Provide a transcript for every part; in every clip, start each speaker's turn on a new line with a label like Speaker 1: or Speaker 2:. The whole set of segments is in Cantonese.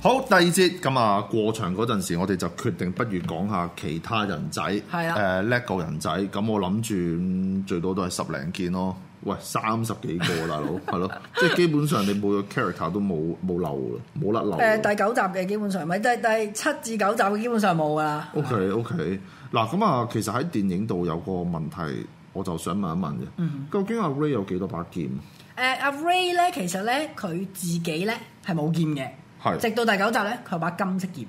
Speaker 1: 好，第二節咁啊，過場嗰陣時，我哋就決定不如講下其他人仔，
Speaker 2: 係啊
Speaker 1: 誒叻個人仔。咁我諗住嗯最多都係十零件咯。喂，三十幾個 大佬，係咯，即係基本上你每個 character 都冇冇漏嘅，冇甩漏嘅。
Speaker 2: 誒呃第九集嘅基本上，咪第第七至九集嘅基本上冇噶啦。
Speaker 1: O K O K，嗱咁啊，其實喺電影度有個問題，我就想問一問嘅，
Speaker 2: 嗯
Speaker 1: 究竟阿 Ray 有幾多把劍？
Speaker 2: 誒呃阿 Ray 咧，其實咧佢自己咧係冇劍嘅，
Speaker 1: 係
Speaker 2: 直到第九集咧，佢有把金色劍。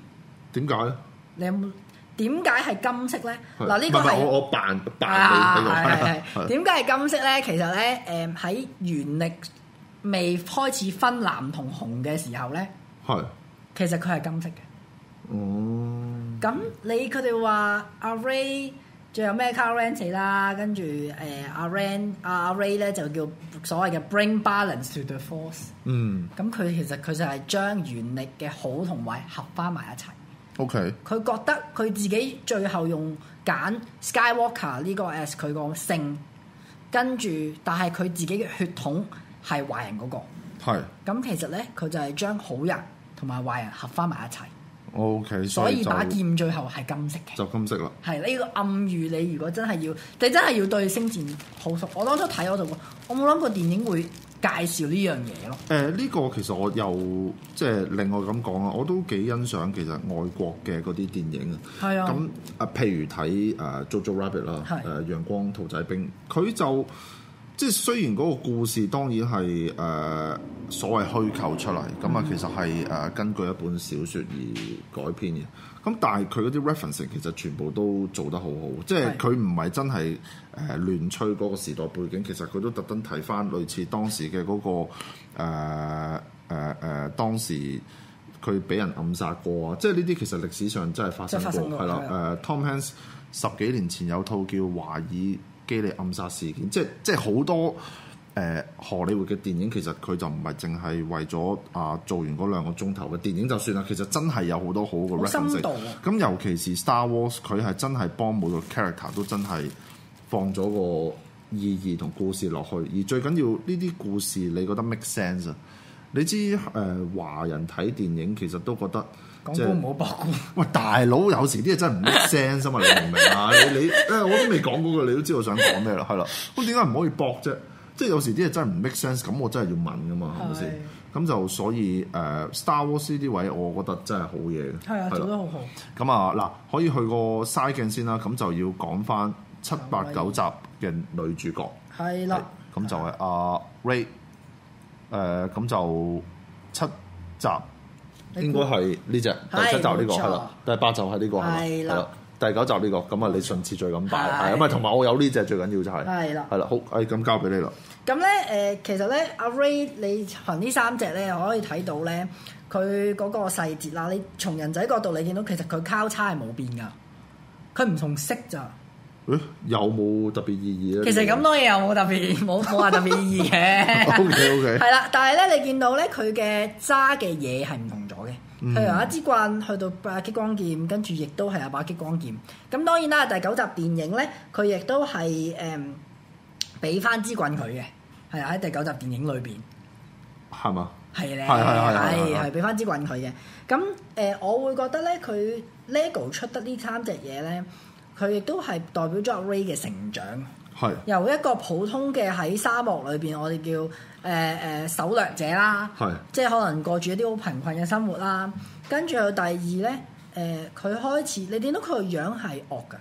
Speaker 1: 點解咧？
Speaker 2: 你有冇點解係金色咧？
Speaker 1: 係
Speaker 2: 嗱呢個
Speaker 1: 唔係唔係我
Speaker 2: 係
Speaker 1: 我扮扮你
Speaker 2: 啊
Speaker 1: 喺
Speaker 2: 係
Speaker 1: 度，
Speaker 2: 係
Speaker 1: 係
Speaker 2: 點解係金色咧？其實咧誒喺原力未開始分藍同紅嘅時候咧，
Speaker 1: 係
Speaker 2: 其實佢係金色嘅。
Speaker 1: 哦。
Speaker 2: 咁你佢哋話阿 Ray 最後咩 c a r a n 死啦，跟住誒阿 Ran 阿阿 Ray 咧就叫所謂嘅 bring balance to the force。
Speaker 1: 嗯
Speaker 2: 咁佢其實佢就係將原力嘅好同壞合翻埋一齊。
Speaker 1: ，OK，
Speaker 2: 佢覺得佢自己最後用揀 Skywalker 呢個 as 佢個姓，跟住但係佢自己嘅血統係壞人嗰、
Speaker 1: 係
Speaker 2: 個。咁其實咧佢就係將好人同埋壞人合翻埋一齊，
Speaker 1: OK，
Speaker 2: 所
Speaker 1: 所以
Speaker 2: 以
Speaker 1: 就
Speaker 2: 把劍最後係金色嘅。
Speaker 1: 就金色啦。
Speaker 2: 係呢、個暗喻你，如果真係要，你真係要對星戰好熟。我當初睇我就，我冇諗過電影會介紹呢樣嘢咯。
Speaker 1: 誒、呢個其實我又即係另外咁講啊，我都幾欣賞其實外國嘅嗰啲電影啊。
Speaker 2: 係啊
Speaker 1: 咁啊，譬如睇誒《Jojo Rabbit》啦，誒
Speaker 2: 係
Speaker 1: 《陽光兔仔兵》，佢就即係雖然嗰個故事當然係誒、呃所謂虛構出嚟，咁
Speaker 2: 嗯
Speaker 1: 啊其實係誒、呃根據一本小説而改編嘅。咁但係佢嗰啲 reference 其實全部都做得好好，即係
Speaker 2: 係
Speaker 1: 佢唔係真係誒、呃、亂吹嗰個時代背景，其實佢都特登睇翻類似當時嘅嗰、個誒誒誒當時。佢俾人暗殺過啊！即係呢啲其實歷史上真係發生
Speaker 2: 真係發生
Speaker 1: 過，
Speaker 2: 過
Speaker 1: 係啦
Speaker 2: 係。啊
Speaker 1: 誒、Tom Hanks 十幾年前有套叫《華爾基里暗殺事件》，即係即係好多誒、呃荷里活嘅電影，其實佢就唔係淨係為咗啊做完嗰兩個鐘頭嘅電影就算啦，其實真係有好多好嘅
Speaker 2: 好
Speaker 1: reference。
Speaker 2: 深度啊
Speaker 1: 咁尤其是 Star Wars，佢係真係幫每個 character 都真係放咗個意義同故事落去，而最緊要呢啲故事你覺得 make sense 啊？你知誒、呃、華人睇電影其實都覺得
Speaker 2: 講
Speaker 1: 即
Speaker 2: 古
Speaker 1: 係
Speaker 2: 啊唔好博 古，
Speaker 1: 喂大佬，有時啲嘢真係唔 make sense 啊嘛！你明唔明啊？你你誒、我都未講嗰個，你都知道我想講咩啦，係啦。咁點解唔可以搏啫？即係有時啲嘢真係唔 make sense，咁我真係要問噶嘛，係咪先？咁就所以誒、呃 Star Wars 呢啲位，我覺得真係好嘢嘅。
Speaker 2: 係啊，
Speaker 1: 係啦
Speaker 2: 做得好好。
Speaker 1: 咁啊嗱，可以去個嘥鏡先啦，咁就要講翻七八九集嘅女主角，
Speaker 2: 係啦，
Speaker 1: 咁就係阿 Ray，誒、咁就七集
Speaker 2: 你
Speaker 1: 應該係呢只第七集呢、個
Speaker 2: 冇錯
Speaker 1: 係啦，第八集係呢個係嘛
Speaker 2: 係啦
Speaker 1: 係啦，第九集呢、個，咁啊你順次序咁擺，係
Speaker 2: 係
Speaker 1: 咁啊同埋我有呢只最緊要就係
Speaker 2: 係啦
Speaker 1: 係啦，好，誒咁交俾你啦，
Speaker 2: 咁咧誒，其實咧阿 Ray 你憑呢三隻咧，可以睇到咧佢嗰個細節啦。你從人仔角度你見到其實佢交叉係冇變㗎，佢唔同色咋。
Speaker 1: 誒有冇特別意義啊咧？。
Speaker 2: 其實咁多嘢又冇特別， 冇冇話特別意義嘅
Speaker 1: OK，OK
Speaker 2: 係啦，但係咧，你見到咧佢嘅揸嘅嘢係唔同咗嘅。譬
Speaker 1: 嗯
Speaker 2: 如話一支棍去到把激光劍，跟住亦都係有把激光劍。咁當然啦，第九集電影咧，佢亦都係誒俾翻支棍佢嘅，係啊喺第九集電影裏邊。
Speaker 1: 係嘛？
Speaker 2: 係咧，
Speaker 1: 係係係係係
Speaker 2: 係係俾翻支棍佢嘅。咁誒、呃我會覺得咧，佢 LEGO 出得呢三隻嘢咧，佢亦都係代表咗阿 Ray 嘅成長。
Speaker 1: 係
Speaker 2: 由一個普通嘅喺沙漠裏邊，我哋叫誒誒、呃狩掠者啦，
Speaker 1: 係
Speaker 2: 即係可能過住一啲好貧困嘅生活啦。跟住有第二咧，誒、佢開始你見到佢個樣係惡㗎，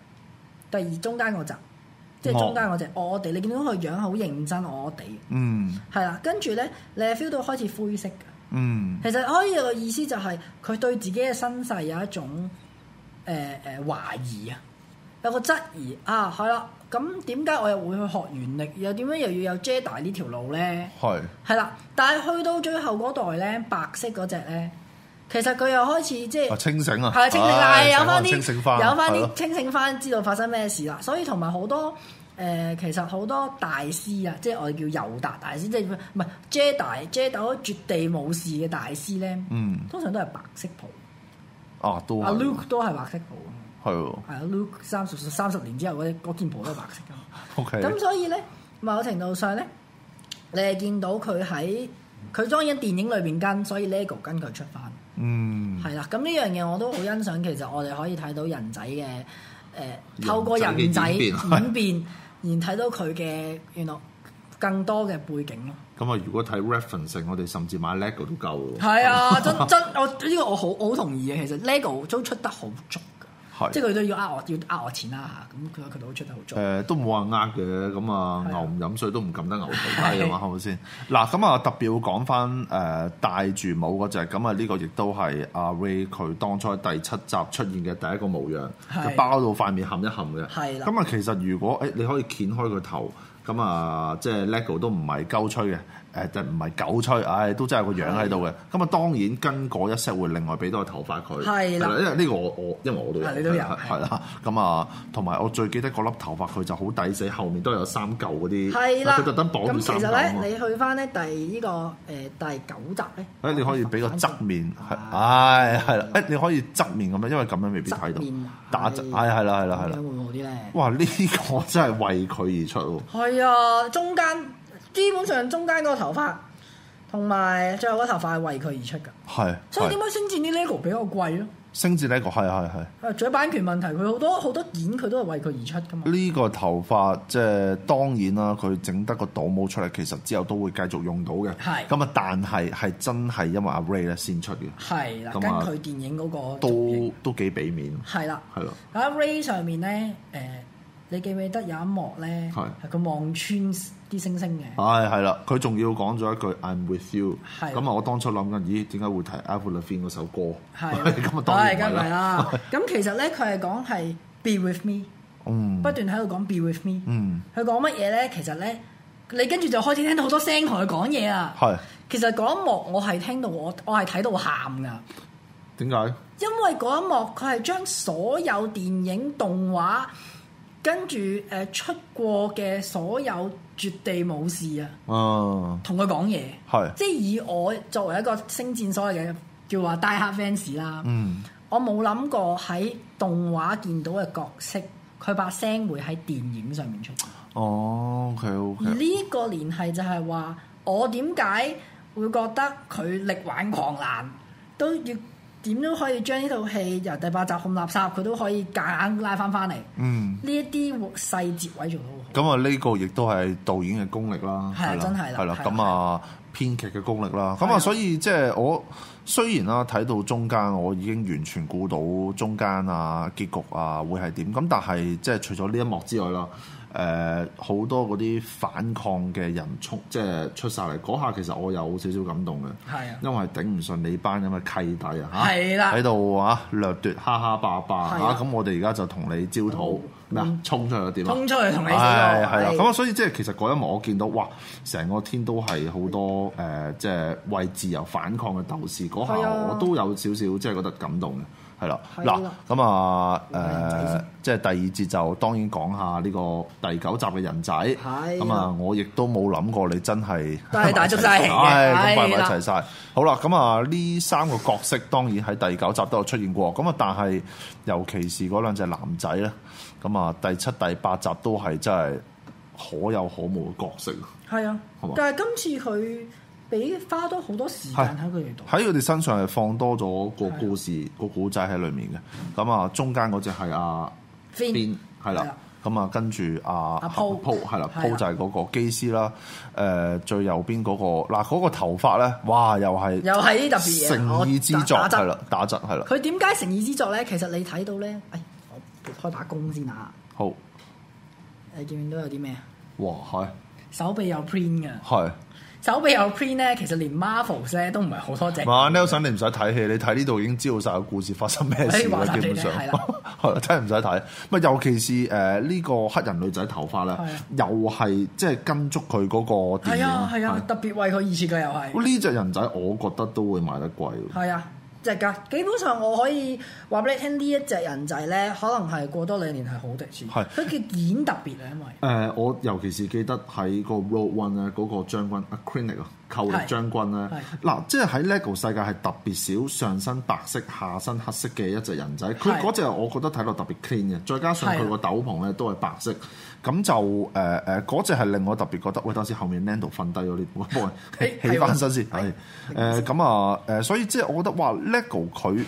Speaker 2: 第二中間嗰集，即係中間嗰隻我哋，你見到佢個樣好認真我哋，
Speaker 1: 嗯
Speaker 2: 係啦。跟住咧，你係 feel 到開始灰色㗎。
Speaker 1: 嗯
Speaker 2: 其實可以有個意思就係佢對自己嘅身世有一種誒誒懷疑啊，有個質疑啊，係啦。咁點解我又會去學原力，又點樣又要有 Jedi 呢條路咧？
Speaker 1: 係
Speaker 2: 係啦，但係去到最後嗰代咧，白色嗰只咧，其實佢又開始即係
Speaker 1: 啊清醒啊，
Speaker 2: 係清醒啦，
Speaker 1: 唉
Speaker 2: 係有
Speaker 1: 成個人
Speaker 2: 翻啲
Speaker 1: 清醒翻，
Speaker 2: 有翻
Speaker 1: 係咯
Speaker 2: 啲清醒翻，知道發生咩事啦。所以同埋好多誒、呃其實好多大師啊，即係我哋叫尤達大師，即係唔係 Jedi Jedi 嗰絕地武士嘅大師咧，
Speaker 1: 嗯
Speaker 2: 通常都係白色袍，
Speaker 1: 啊，都
Speaker 2: 阿
Speaker 1: 係
Speaker 2: Luke 都係白色袍，
Speaker 1: 係喎
Speaker 2: 係啊 Luke 三十三十年之後嗰嗰件袍都係白色㗎嘛。
Speaker 1: ，OK，
Speaker 2: 咁所以咧，某程度上咧，你係見到佢喺佢當然電影裏邊跟，所以 LEGO 跟佢出翻。
Speaker 1: 嗯，
Speaker 2: 係啦，咁呢樣嘢我都好欣賞。其實我哋可以睇到人仔嘅誒、呃
Speaker 1: 人
Speaker 2: 透過
Speaker 1: 仔嘅
Speaker 2: 人仔
Speaker 1: 演變
Speaker 2: 演變，然睇到佢嘅原來更多嘅背景咯。
Speaker 1: 咁啊，如果睇 reference，我哋甚至買 lego 都夠咯。
Speaker 2: 係啊，真真我呢、個我好我好同意嘅。其實 LEGO 都出得好足㗎，即
Speaker 1: 係
Speaker 2: 係佢都要呃我要呃我錢啦嚇。咁佢佢都出得好足。
Speaker 1: 誒都冇話呃嘅，咁啊
Speaker 2: 係啊
Speaker 1: 牛唔飲水都唔撳得牛頭低啊嘛，係咪先？嗱，咁啊特別要講翻誒戴住帽嗰只，咁啊呢個亦都係阿 Ray 佢當初第七集出現嘅第一個模樣，
Speaker 2: 係
Speaker 1: 就包到塊面冚一冚嘅。
Speaker 2: 係啦
Speaker 1: 咁啊，其實如果誒、你可以掀開個頭，咁啊即係 LEGO 都唔係鳩吹嘅，誒就唔係狗吹，唉、都真係有個樣喺度嘅。咁啊當然跟嗰一 set 會另外俾多個頭髮佢，
Speaker 2: 係啦
Speaker 1: 因為呢個我我因為我都有，
Speaker 2: 啊係你都有
Speaker 1: 係係啦。咁啊，同埋我最記得嗰粒頭髮佢就好抵死，後面都有三嚿嗰啲，
Speaker 2: 係啦，
Speaker 1: 佢特登綁住
Speaker 2: 咁其
Speaker 1: 三
Speaker 2: 實
Speaker 1: 嚿啊嘛
Speaker 2: 咧，你去翻咧第呢、個誒、第九集咧，
Speaker 1: 誒你可以俾個側面，係，
Speaker 2: 啊
Speaker 1: 唉，係啦，誒你可以側面咁樣，因為咁樣未必睇
Speaker 2: 側面啊
Speaker 1: 到，打側，
Speaker 2: 係
Speaker 1: 唉，係啦，係啦，係
Speaker 2: 咁樣
Speaker 1: 啦
Speaker 2: 會，唔會好啲咧？
Speaker 1: 哇！呢個真係為佢而出喎。
Speaker 2: 係啊，中間基本上中間嗰個頭髮同埋最後嗰頭髮係為佢而出㗎，
Speaker 1: 係，
Speaker 2: 所以點
Speaker 1: 係
Speaker 2: 解星戰啲 LEGO 比較貴咯？
Speaker 1: 星戰呢個係係係
Speaker 2: 誒，除咗版權問題，佢好多好多件佢都係為佢而出㗎嘛。
Speaker 1: 呢個頭髮，即係當然啦，佢整得個倒模出嚟，其實之後都會繼續用到嘅。
Speaker 2: 係
Speaker 1: 咁啊，但係係真係因為阿 Ray 咧先出嘅，
Speaker 2: 係啦，
Speaker 1: 咁
Speaker 2: 跟
Speaker 1: 啊
Speaker 2: 佢電影嗰個造型
Speaker 1: 都都幾俾面，
Speaker 2: 係啦。
Speaker 1: 係咯。
Speaker 2: 喺啊 Ray 上面咧，誒、你記唔記得有一幕咧？
Speaker 1: 係
Speaker 2: 係哦佢望穿啲星星嘅。
Speaker 1: 唉，係啦，佢仲要講咗一句 I'm with you，
Speaker 2: 係
Speaker 1: 咁啊，我當初諗緊，咦，點解會提 Avril Lavigne 嗰首歌？
Speaker 2: 係
Speaker 1: 咁啊，當然
Speaker 2: 梗
Speaker 1: 唔係啦。
Speaker 2: 係啦。咁其實咧，佢係講係 be with me，
Speaker 1: 嗯
Speaker 2: 不斷喺度講 be with me。
Speaker 1: 嗯，
Speaker 2: 佢講乜嘢咧？其實咧，你跟住就開始聽到好多聲同佢講嘢啊。
Speaker 1: 係
Speaker 2: 其實嗰一幕我係聽到我我係睇到喊噶，
Speaker 1: 點解？
Speaker 2: 因為嗰一幕佢係將所有電影動畫跟住誒、呃出過嘅所有絕地武士啊，
Speaker 1: 啊，
Speaker 2: 同佢講嘢。
Speaker 1: 係
Speaker 2: 即係以我作為一個星戰所謂嘅叫話 die hard fans 啦，
Speaker 1: 嗯
Speaker 2: 我冇諗過喺動畫見到嘅角色，佢把聲會喺電影上面出現。
Speaker 1: 哦，OK
Speaker 2: 而
Speaker 1: OK，
Speaker 2: 呢個聯繫就係話，我點解會覺得佢力挽狂瀾，都要點都可以將呢套戲由第八集咁垃圾，佢都可以夾硬拉翻翻嚟。
Speaker 1: 嗯，
Speaker 2: 呢一啲細節位做得好好。
Speaker 1: 咁啊，呢個亦都係導演嘅功力啦，
Speaker 2: 係啊真係啦
Speaker 1: 係啦，
Speaker 2: 係啦
Speaker 1: 咁啊，編劇嘅功力啦，咁
Speaker 2: 係
Speaker 1: 啊，
Speaker 2: 啊
Speaker 1: 所以即係我雖然啦睇到中間，我已經完全估到中間啊結局啊會係點，咁但係即係除咗呢一幕之外啦。誒好、多嗰啲反抗嘅人衝，即係出晒嚟嗰下，其實我有少少感動嘅。
Speaker 2: 係啊，
Speaker 1: 因為頂唔順你班咁嘅契弟啊嚇，
Speaker 2: 係啦
Speaker 1: 喺度啊掠奪哈哈霸霸嚇，
Speaker 2: 係啦
Speaker 1: 咁我哋而家就同你焦土咩啊，衝出去點啊？
Speaker 2: 衝出去同你死咯
Speaker 1: 係係啦，
Speaker 2: 係
Speaker 1: 咁啊，所以即係其實嗰一幕我見到，哇！成個天都係好多誒、呃即係為自由反抗嘅鬥士，嗰下
Speaker 2: 係啊
Speaker 1: 我都有少少即係覺得感動嘅，係啦。
Speaker 2: 係
Speaker 1: 嗱
Speaker 2: 啦，
Speaker 1: 咁啊
Speaker 2: 有人仔
Speaker 1: 誒
Speaker 2: 先，
Speaker 1: 即係第二節就當然講下呢個第九集嘅人仔，
Speaker 2: 係
Speaker 1: 咁啊，我亦都冇諗過你真係
Speaker 2: 都係大足晒嚟嘅
Speaker 1: 唉咁快埋
Speaker 2: 係
Speaker 1: 一
Speaker 2: 啦
Speaker 1: 齊晒。好啦，咁啊呢三個角色當然喺第九集都有出現過，咁啊但係尤其是嗰兩隻男仔咧，咁啊第七、第八集都係真係可有可無嘅角色，
Speaker 2: 係啊
Speaker 1: 好嘛，
Speaker 2: 但係今次佢俾花多好多時間喺佢哋度。
Speaker 1: 喺佢哋身上係放多咗個故事、個古仔喺裡面嘅。咁啊中間嗰只係阿
Speaker 2: Finn
Speaker 1: 邊係
Speaker 2: 係
Speaker 1: 啦
Speaker 2: 啦。
Speaker 1: 咁啊，跟住阿
Speaker 2: 阿 Paul
Speaker 1: 鋪係啦，
Speaker 2: 係
Speaker 1: 鋪
Speaker 2: 啦
Speaker 1: 就係嗰個機師啦。誒，最右邊嗰個嗱，嗰個頭髮咧，哇，又係
Speaker 2: 又係呢特別嘢，
Speaker 1: 誠意之作
Speaker 2: 我打打
Speaker 1: 係
Speaker 2: 側
Speaker 1: 啦，打窒係啦，
Speaker 2: 佢點解誠意之作咧？其實你睇到咧，哎，我撥開把弓先啊！
Speaker 1: 好
Speaker 2: 你見唔見到有啲咩啊？
Speaker 1: 哇係
Speaker 2: 手臂有 print 嘅，
Speaker 1: 係。
Speaker 2: 手臂有 print 咧，其實連 Marvels 咧都唔係好多隻。
Speaker 1: 哇，Nelson 你唔使睇戲，你睇呢度已經知道晒個故事發生咩事
Speaker 2: 哎
Speaker 1: 啦
Speaker 2: 話，晒
Speaker 1: 基
Speaker 2: 俾
Speaker 1: 本
Speaker 2: 你
Speaker 1: 上
Speaker 2: 聽係啦
Speaker 1: 係啦，真係唔使睇。咪尤其是誒呢個黑人女仔頭髮咧
Speaker 2: 係啊，
Speaker 1: 又係即係跟足佢嗰個電
Speaker 2: 係
Speaker 1: 影。
Speaker 2: 啊係啊，
Speaker 1: 係
Speaker 2: 特別為佢而設嘅又係。
Speaker 1: 呢只人仔我覺得都會賣得貴喎。
Speaker 2: 係啊，隻㗎。基本上我可以話俾你聽，呢一隻人仔咧，可能係過多兩年係好的士。
Speaker 1: 係
Speaker 2: 佢嘅演特別啊，因
Speaker 1: 誒、
Speaker 2: 為
Speaker 1: 呃我尤其是記得喺個 Road One 咧，嗰個將軍 a c r i n i c 啊，寇力
Speaker 2: 係
Speaker 1: 將軍咧，嗱，即係喺 LEGO 世界係特別少上身白色、下身黑色嘅一隻人仔，佢
Speaker 2: 係
Speaker 1: 嗰隻我覺得睇落特別 clean 嘅，再加上佢
Speaker 2: 係啊
Speaker 1: 個斗篷咧都係白色，咁就誒誒嗰隻係令我特別覺得，喂，等陣先後面 Lando 瞓低咗啲，我幫佢 起
Speaker 2: 誒係
Speaker 1: 起
Speaker 2: 喎
Speaker 1: 呃翻身先，係誒咁啊誒，所以即係我覺得哇 LEGO 佢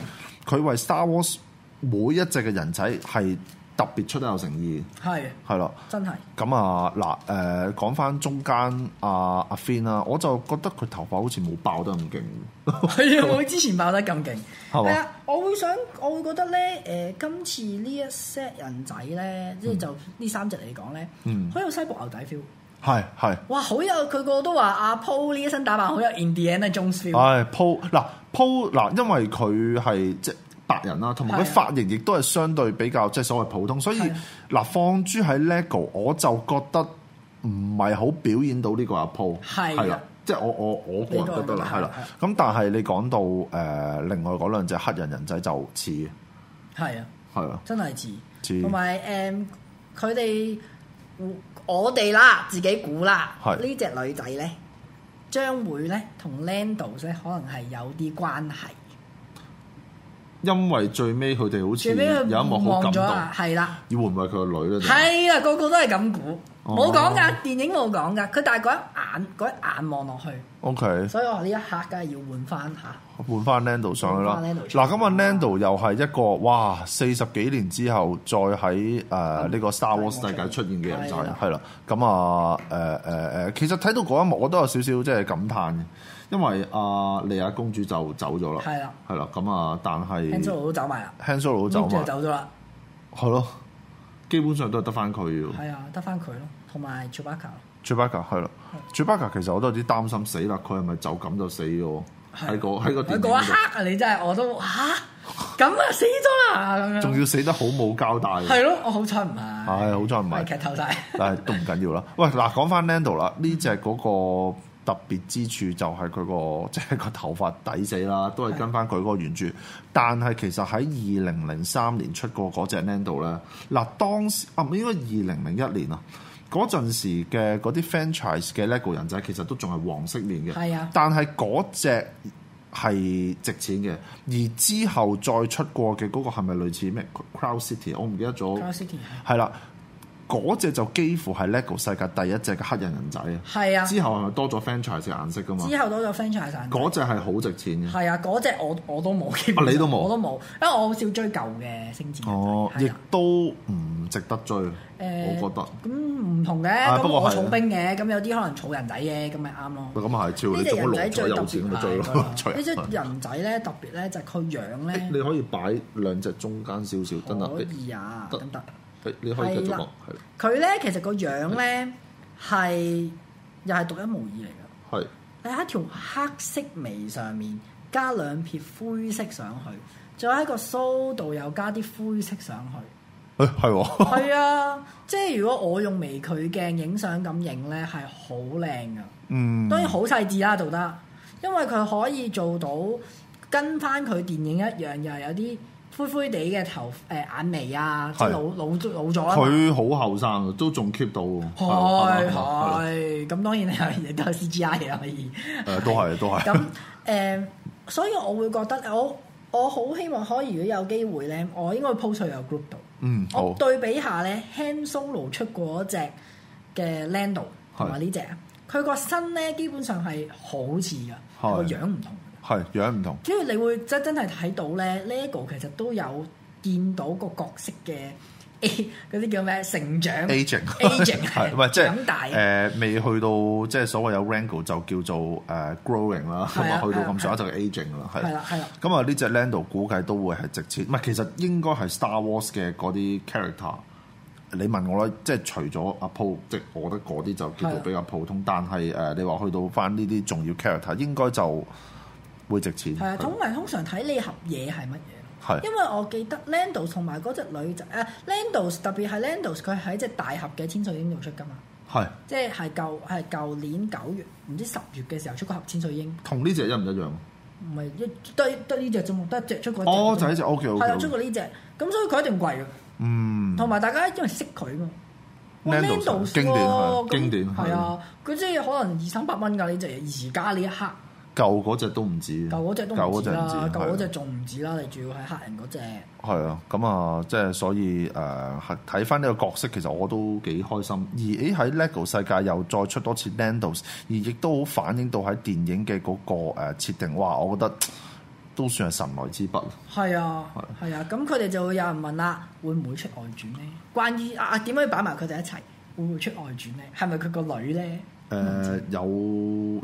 Speaker 1: 佢為 Star Wars 每一隻嘅人仔係特別出得有誠意，
Speaker 2: 係
Speaker 1: 係啦。
Speaker 2: 真係
Speaker 1: 咁啊嗱，誒講翻中間啊阿阿 Fin 啦，我就覺得佢頭髮好似冇爆得咁勁，
Speaker 2: 係啊！我之前爆得咁勁，
Speaker 1: 係嘛
Speaker 2: 係啊！我會想，我會覺得咧，誒、今次呢一 set 人仔咧，即係就呢三隻嚟講咧，
Speaker 1: 嗯
Speaker 2: 好有西部牛仔 feel。
Speaker 1: 係係。
Speaker 2: 哇！好有佢個都話阿 Paul 呢一身打扮好有 Indiana Jones feel。
Speaker 1: 唉鋪嗱鋪嗱，因為佢係即係白人啦，同埋佢
Speaker 2: 係啊
Speaker 1: 髮型亦都係相對比較即係所謂普通，所以
Speaker 2: 係啊
Speaker 1: 嗱放豬喺 LEGO，我就覺得唔係好表演到呢個阿鋪
Speaker 2: 係啊
Speaker 1: 啦。即係我我我個人覺得啦，係
Speaker 2: 你個人覺得
Speaker 1: 啦
Speaker 2: 係啊。
Speaker 1: 咁但係你講到誒、呃另外嗰兩隻黑人人仔就似嘅，
Speaker 2: 係啊，
Speaker 1: 係啊，
Speaker 2: 真係似。
Speaker 1: 似
Speaker 2: 同埋誒，佢哋我哋啦，自己估啦，
Speaker 1: 係
Speaker 2: 呢只女仔咧，將會咧同 Landos 咧可能係有啲關係。
Speaker 1: 因為最尾佢哋好似
Speaker 2: 最尾佢
Speaker 1: 有一幕好感
Speaker 2: 望咗
Speaker 1: 動，
Speaker 2: 啊，係啦，
Speaker 1: 要換埋佢個女咧。啊就
Speaker 2: 係啦，個個都係咁估，
Speaker 1: 哦
Speaker 2: 冇講噶，電影冇講噶，佢但係嗰一眼嗰一眼望落去，
Speaker 1: OK。
Speaker 2: 所以我呢一刻梗係要換翻下。
Speaker 1: 換翻 Nando 上去啦。
Speaker 2: 換返 Lando
Speaker 1: 嗱，
Speaker 2: 上去
Speaker 1: 咁啊 Nando 又係一個哇，四十幾年之後再喺誒呢個 Star Wars 世界出現嘅人仔
Speaker 2: 嗯係啦，
Speaker 1: 係啦。咁啊誒誒誒，其實睇到嗰一幕我都有少少即係感嘆嘅，因為阿莉亞公主就走咗啦，
Speaker 2: 係啦，
Speaker 1: 係啦。咁啊，但
Speaker 2: Han
Speaker 1: 係
Speaker 2: Solo 都走埋啦
Speaker 1: Han Solo 走
Speaker 2: l 就
Speaker 1: 埋，
Speaker 2: 走咗啦，
Speaker 1: 係咯，基本上都係得翻佢要。
Speaker 2: 係啊，得翻佢咯，同埋 Chewbacca 咯。
Speaker 1: Chewbacca 係啦，Chewbacca 其實我都有啲擔心死啦，佢係咪就咁就死咗？
Speaker 2: 係
Speaker 1: 喺個喺個電
Speaker 2: 佢
Speaker 1: 影
Speaker 2: 嗰
Speaker 1: 嗰
Speaker 2: 一刻
Speaker 1: 度，
Speaker 2: 啊，你真係我都嚇咁啊，死咗啦咁樣。
Speaker 1: 仲要死得好冇交代。
Speaker 2: 係咯，我好彩唔係，
Speaker 1: 唉好彩唔係
Speaker 2: 我係劇透晒。
Speaker 1: 但係都唔緊要啦。喂，嗱，講翻 Lando 啦，呢只嗰個特別之處就係佢個 即係個頭髮抵死啦，都係跟翻佢嗰個原著。但係其實喺二零零三年出過嗰只 Lando 咧，嗱當時啊唔應該二零零一年啊。嗰陣時嘅嗰啲 franchise 嘅 LEGO 人仔其實都仲係黃色面嘅，
Speaker 2: 係啊
Speaker 1: 但係嗰只係值錢嘅，而之後再出過嘅嗰個係咪類似咩 Crow City？我唔記得咗
Speaker 2: Cloud City
Speaker 1: 係啦，嗰只就幾乎係 LEGO 世界第一隻嘅黑人人仔啊！
Speaker 2: 係啊，
Speaker 1: 之後係啊咪多咗 franchise 嘅顏色噶嘛？
Speaker 2: 之後多咗 franchise 晒
Speaker 1: 嗰只係好值錢嘅。
Speaker 2: 係啊，嗰只我我都冇，基
Speaker 1: 啊
Speaker 2: 本
Speaker 1: 你都
Speaker 2: 上
Speaker 1: 冇
Speaker 2: 我都冇，因為我好少追舊嘅星戰嘅。
Speaker 1: 哦，亦
Speaker 2: 係啊
Speaker 1: 都唔值得追，我覺得。
Speaker 2: 咁唔同嘅，
Speaker 1: 啊
Speaker 2: 咁
Speaker 1: 不過
Speaker 2: 我
Speaker 1: 係
Speaker 2: 儲兵嘅，咁有啲可能儲人仔嘅，咁咪啱咯。
Speaker 1: 喂咁係超
Speaker 2: 呢
Speaker 1: 你
Speaker 2: 隻
Speaker 1: 做
Speaker 2: 人
Speaker 1: 咗
Speaker 2: 仔
Speaker 1: 六左
Speaker 2: 最特
Speaker 1: 有錢咁咪追
Speaker 2: 別
Speaker 1: 咯，
Speaker 2: 係
Speaker 1: 追
Speaker 2: 呢隻
Speaker 1: 係
Speaker 2: 人仔咧特別咧就係佢樣
Speaker 1: 誒
Speaker 2: 咧
Speaker 1: 你可以擺兩隻中間少少，真
Speaker 2: 可
Speaker 1: 係
Speaker 2: 以啊，
Speaker 1: 得
Speaker 2: 得唔得？
Speaker 1: 誒你可以繼續
Speaker 2: 係
Speaker 1: 講
Speaker 2: 啦，佢咧其實個樣咧係又係獨一無二嚟㗎。
Speaker 1: 係係
Speaker 2: 你喺一條黑色眉上面加兩撇灰色上去，仲喺個須度又加啲灰色上去。
Speaker 1: 誒係喎，
Speaker 2: 係啊，即係如果我用微距鏡影相咁影咧，係好靚噶。
Speaker 1: 嗯，
Speaker 2: 當然好細緻啦，做得，因為佢可以做到跟翻佢電影一樣，又係有啲灰灰地嘅頭誒、眼眉啊，即係
Speaker 1: 係
Speaker 2: 老老老咗啊嘛。
Speaker 1: 佢好後生啊，都仲 keep 到喎。
Speaker 2: 係
Speaker 1: 係嘛
Speaker 2: 係，咁當然你有亦都有 C G I 嘅可以。
Speaker 1: 係嘛誒都係都係
Speaker 2: 咁 誒、所以我會覺得我我好希望可以如果有機會咧，我應該會 post 去有 group 度。
Speaker 1: 嗯好
Speaker 2: 我對比下咧，Han Solo 出過嗰只嘅 Lando 同埋呢只，佢個身咧基本上係好似噶，
Speaker 1: 係
Speaker 2: 個樣唔同。
Speaker 1: 係樣唔同，
Speaker 2: 跟住你會真真係睇到咧，LEGO 其實都有見到個角色嘅 A 嗰啲叫咩成長
Speaker 1: aging
Speaker 2: aging
Speaker 1: 係唔係即係
Speaker 2: 長大
Speaker 1: 誒、未去到即係所謂有 rangle 就叫做誒、growing 啦，同埋
Speaker 2: 係啊
Speaker 1: 去到
Speaker 2: 係啊
Speaker 1: 咁上下就 aging 啦，
Speaker 2: 係
Speaker 1: 係
Speaker 2: 啦。係啦。
Speaker 1: 咁啊，呢只 Lando 估計都會係值錢，唔係其實應該係 Star Wars 嘅嗰啲 character。你問我啦，即係除咗阿 Paul，即係我覺得嗰啲就叫
Speaker 2: 係
Speaker 1: 做
Speaker 2: 啊
Speaker 1: 比較普通，但係誒、你話去到翻呢啲重要 character，應該就會值錢。
Speaker 2: 係啊，通埋通常睇你盒嘢係乜嘢
Speaker 1: 係
Speaker 2: 咯，因為我記得 Landos 同埋嗰只女仔誒 Landos 特別係 Landos 佢喺只大盒嘅千歲鷹度出㗎嘛，
Speaker 1: 係
Speaker 2: 即係係舊係舊年九月唔知十月嘅時候出嗰盒千歲鷹，
Speaker 1: 同呢只一唔一樣？
Speaker 2: 唔係一得得呢只啫嘛，得一隻出嗰隻啫嘛。
Speaker 1: 哦，就係呢只 OK
Speaker 2: 係啊，出
Speaker 1: OK，
Speaker 2: 過呢只，咁所以佢一定貴嘅，
Speaker 1: 嗯，
Speaker 2: 同埋大家因為識佢嘛。哇
Speaker 1: Landos，啊
Speaker 2: Landos
Speaker 1: 經典係
Speaker 2: 喎
Speaker 1: 經典
Speaker 2: 咁係啊，佢即係可能二三百蚊㗎呢只嘢，而家呢一刻。
Speaker 1: 舊嗰只都唔止，
Speaker 2: 舊嗰只都
Speaker 1: 舊
Speaker 2: 唔
Speaker 1: 嗰隻
Speaker 2: 止啦，舊
Speaker 1: 係
Speaker 2: 嗰只仲唔止啦，你仲要係黑人嗰只，
Speaker 1: 係啊，咁啊，即係所以誒，係睇翻呢個角色，其實我都幾開心。而誒喺 LEGO 世界又再出多次 Landos，而亦都好反映到喺電影嘅嗰個誒設定。哇！我覺得都算係神來之筆。
Speaker 2: 係啊，係啊，咁佢哋就會有人問啦，會唔會出外傳呢？關於啊啊點樣擺埋佢哋一齊，會唔會出外傳呢？係咪佢個女呢？
Speaker 1: 誒、有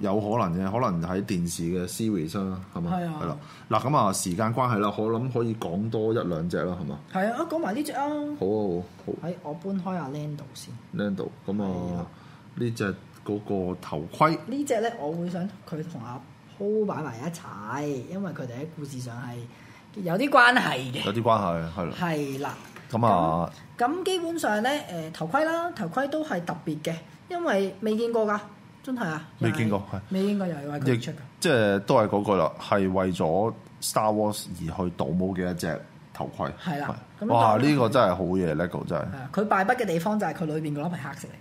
Speaker 1: 有可能嘅，可能喺電視嘅 series 啦，係嘛？
Speaker 2: 係啊
Speaker 1: 係啦。嗱咁啊，時間關係啦，我諗可以講多一兩隻啦，係嘛？
Speaker 2: 係啊，啊講埋呢只啊，
Speaker 1: 好啊，好
Speaker 2: 喺哎我搬開阿 Lando 先。
Speaker 1: 好，Lando。咁
Speaker 2: 係
Speaker 1: 啊
Speaker 2: 啊，
Speaker 1: 呢只嗰個頭盔
Speaker 2: 呢只咧，我會想佢同阿 Po 擺埋一齊，因為佢哋喺故事上係有啲關係嘅。
Speaker 1: 有啲關係，係啦。
Speaker 2: 係啦，
Speaker 1: 咁啊，
Speaker 2: 咁基本上咧，誒、頭盔啦，頭盔都係特別嘅，因為未見過㗎，真係啊，
Speaker 1: 未見過
Speaker 2: 又係
Speaker 1: 係
Speaker 2: 未見過又係為
Speaker 1: 亦
Speaker 2: 佢啊出㗎，
Speaker 1: 即係都係嗰句啦，係為咗 Star Wars 而去倒模嘅一隻頭盔。
Speaker 2: 係啦
Speaker 1: 係
Speaker 2: 咁
Speaker 1: 哇！
Speaker 2: 當然
Speaker 1: 呢個真係好嘢，LEGO 真係
Speaker 2: 係。啊，佢敗筆嘅地方就係佢裏邊嗰粒係黑色嚟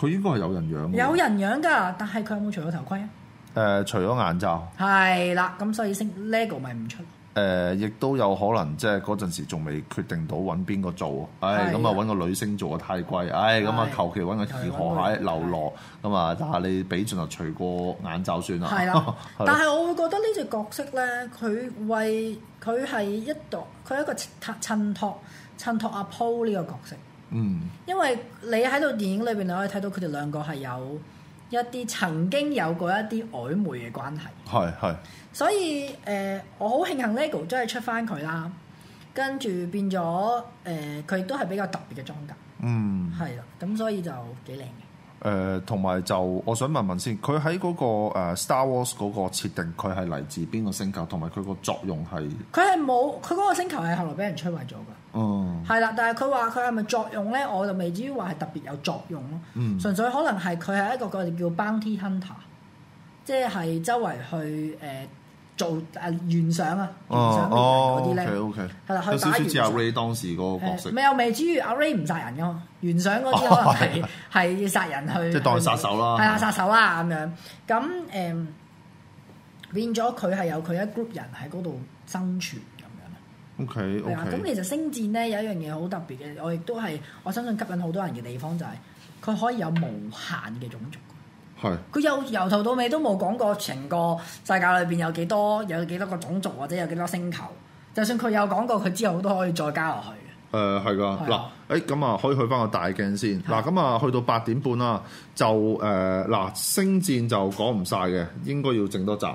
Speaker 1: 佢應該係有人養嘅。
Speaker 2: 嘅，有人樣㗎，但係佢有冇除咗頭盔啊？
Speaker 1: 誒，除咗眼罩。
Speaker 2: 係啦，咁所以升 LEGO 咪唔出，
Speaker 1: 誒、亦都有可能即係嗰陣時仲未決定到揾邊個做，唉，
Speaker 2: 係
Speaker 1: 咁啊揾個女星做啊太貴，唉，咁啊
Speaker 2: 係
Speaker 1: 求其揾個二河蟹
Speaker 2: 又係
Speaker 1: 流落，咁啊，但係你俾盡就除個眼罩算啦，。
Speaker 2: 係啦
Speaker 1: 係
Speaker 2: 但 係我會覺得呢隻角色咧，佢為佢係一度，佢係一個襯襯托襯托阿 Po 呢個角色，
Speaker 1: 嗯，
Speaker 2: 因為你喺度電影裏邊你可以睇到佢哋兩個係有一啲曾經有過一啲曖昧嘅關係，
Speaker 1: 係係
Speaker 2: 所以誒、呃我好慶幸 LEGO 真係出翻佢啦，跟住變咗誒佢亦都係比較特別嘅裝甲，
Speaker 1: 嗯。
Speaker 2: 係啦，咁所以就幾靚嘅。
Speaker 1: 誒，呃同埋、就我想問問先，佢喺嗰個、呃 Star Wars 嗰個設定，佢係嚟自邊個星球，同埋佢個作用係
Speaker 2: 佢係冇佢嗰個星球係後來俾人摧毀咗㗎。
Speaker 1: 嗯
Speaker 2: 係啦，但係佢話佢係咪作用咧？我就未至於話係特別有作用咯。
Speaker 1: 嗯
Speaker 2: 純粹可能係佢係一個佢哋叫 bounty hunter，即係周圍去誒、呃做誒懸賞啊，懸賞
Speaker 1: 哦
Speaker 2: 嗰啲咧。
Speaker 1: OK OK，
Speaker 2: 係啦去打
Speaker 1: 有少少似阿
Speaker 2: 完
Speaker 1: Ray 當時嗰個角色
Speaker 2: 誒，咪又未至於阿 Ray 唔殺人噶嘛？懸賞嗰啲可能係係要殺人去，
Speaker 1: 哦啊即係當佢殺手啦
Speaker 2: 係啦，殺手啦咁樣。咁誒、變咗佢係有佢一 group 人喺嗰度生存咁樣。
Speaker 1: OK
Speaker 2: 係啊，咁
Speaker 1: OK，
Speaker 2: 其實星戰咧有一樣嘢好特別嘅，我亦都係我相信吸引好多人嘅地方就係、佢可以有無限嘅種族。
Speaker 1: 係
Speaker 2: 佢由由頭到尾都冇講過成個世界裏邊有幾多有幾多個種族或者有幾多星球。就算佢有講過，佢之後都可以再加落去
Speaker 1: 誒
Speaker 2: 嘅。
Speaker 1: 呃係噶
Speaker 2: 係
Speaker 1: 嗱
Speaker 2: 啊，
Speaker 1: 誒咁啊可以去翻個大鏡先嗱，
Speaker 2: 係
Speaker 1: 咁啊去到八點半啦，就誒嗱星戰就講唔晒嘅，應該要整多集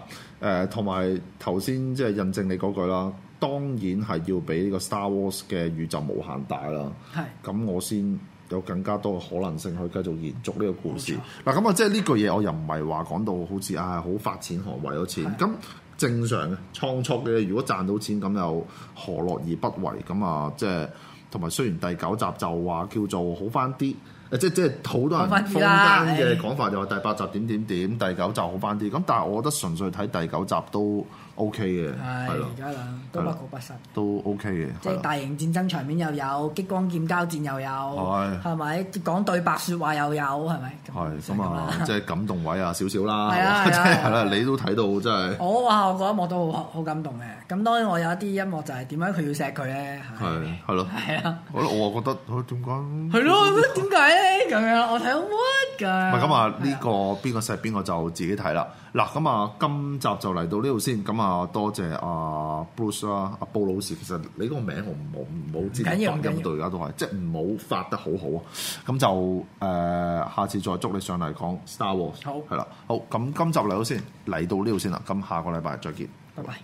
Speaker 1: 誒，同埋頭先即係印證你嗰句啦，當然係要俾呢個 Star Wars 嘅宇宙無限大啦，
Speaker 2: 係
Speaker 1: 咁我先。有更加多嘅可能性去繼續延續呢個故事
Speaker 2: 冇。
Speaker 1: 嗱咁啊，即係呢句嘢，我又唔係話講到好似啊好發錢寒為咗錢。
Speaker 2: 係
Speaker 1: 咁正常嘅創作嘅，如果賺到錢咁又何樂而不為？咁啊，即係同埋雖然第九集就話叫做好翻啲，誒即即係好多人
Speaker 2: 好返
Speaker 1: 坊
Speaker 2: 啲啊啦
Speaker 1: 間嘅
Speaker 2: 唉
Speaker 1: 講法就話第八集點點點，第九集好翻啲。咁但係我覺得純粹睇第九集都 OK 嘅，
Speaker 2: 係
Speaker 1: 係咯
Speaker 2: 而，家啦，都
Speaker 1: 係
Speaker 2: 不
Speaker 1: 啦
Speaker 2: 過不失。
Speaker 1: 都 OK 嘅，
Speaker 2: 即
Speaker 1: 係
Speaker 2: 係
Speaker 1: 啦
Speaker 2: 大型戰爭場面又有，激光劍交戰又有，
Speaker 1: 係
Speaker 2: 係咪講對白説話又有，係咪？
Speaker 1: 係
Speaker 2: 就係
Speaker 1: 咁
Speaker 2: 啦
Speaker 1: 啊，即係感動位啊少少啦，
Speaker 2: 係
Speaker 1: 係嘛
Speaker 2: 啊
Speaker 1: 即
Speaker 2: 係啊
Speaker 1: 係係啦，你都睇到真係。
Speaker 2: 我哇，我嗰一幕都好好感動嘅。咁當然我有一啲音樂就係點解佢要錫佢咧？
Speaker 1: 係係咯，
Speaker 2: 哦係啊，
Speaker 1: 我我覺得佢點講？啊唔
Speaker 2: 係咯，我覺得點解咧咁樣？我睇到 what 㗎？
Speaker 1: 係咁啊，呢
Speaker 2: 係
Speaker 1: 個邊個錫邊個就自己睇啦。嗱咁啊，今集就嚟到呢度先。咁啊，多謝阿 Bruce 啦，阿布魯士。其實你嗰個名我唔冇冇知
Speaker 2: 唔緊要
Speaker 1: 點發
Speaker 2: 唔緊
Speaker 1: 音
Speaker 2: 要
Speaker 1: 到而家都係，即係唔好發得好好啊。咁就誒、呃下次再捉你上嚟講 Star Wars。
Speaker 2: 好
Speaker 1: 係啦，好咁今集嚟到先，嚟到呢度先啦。咁下個禮拜再見。
Speaker 2: 拜拜。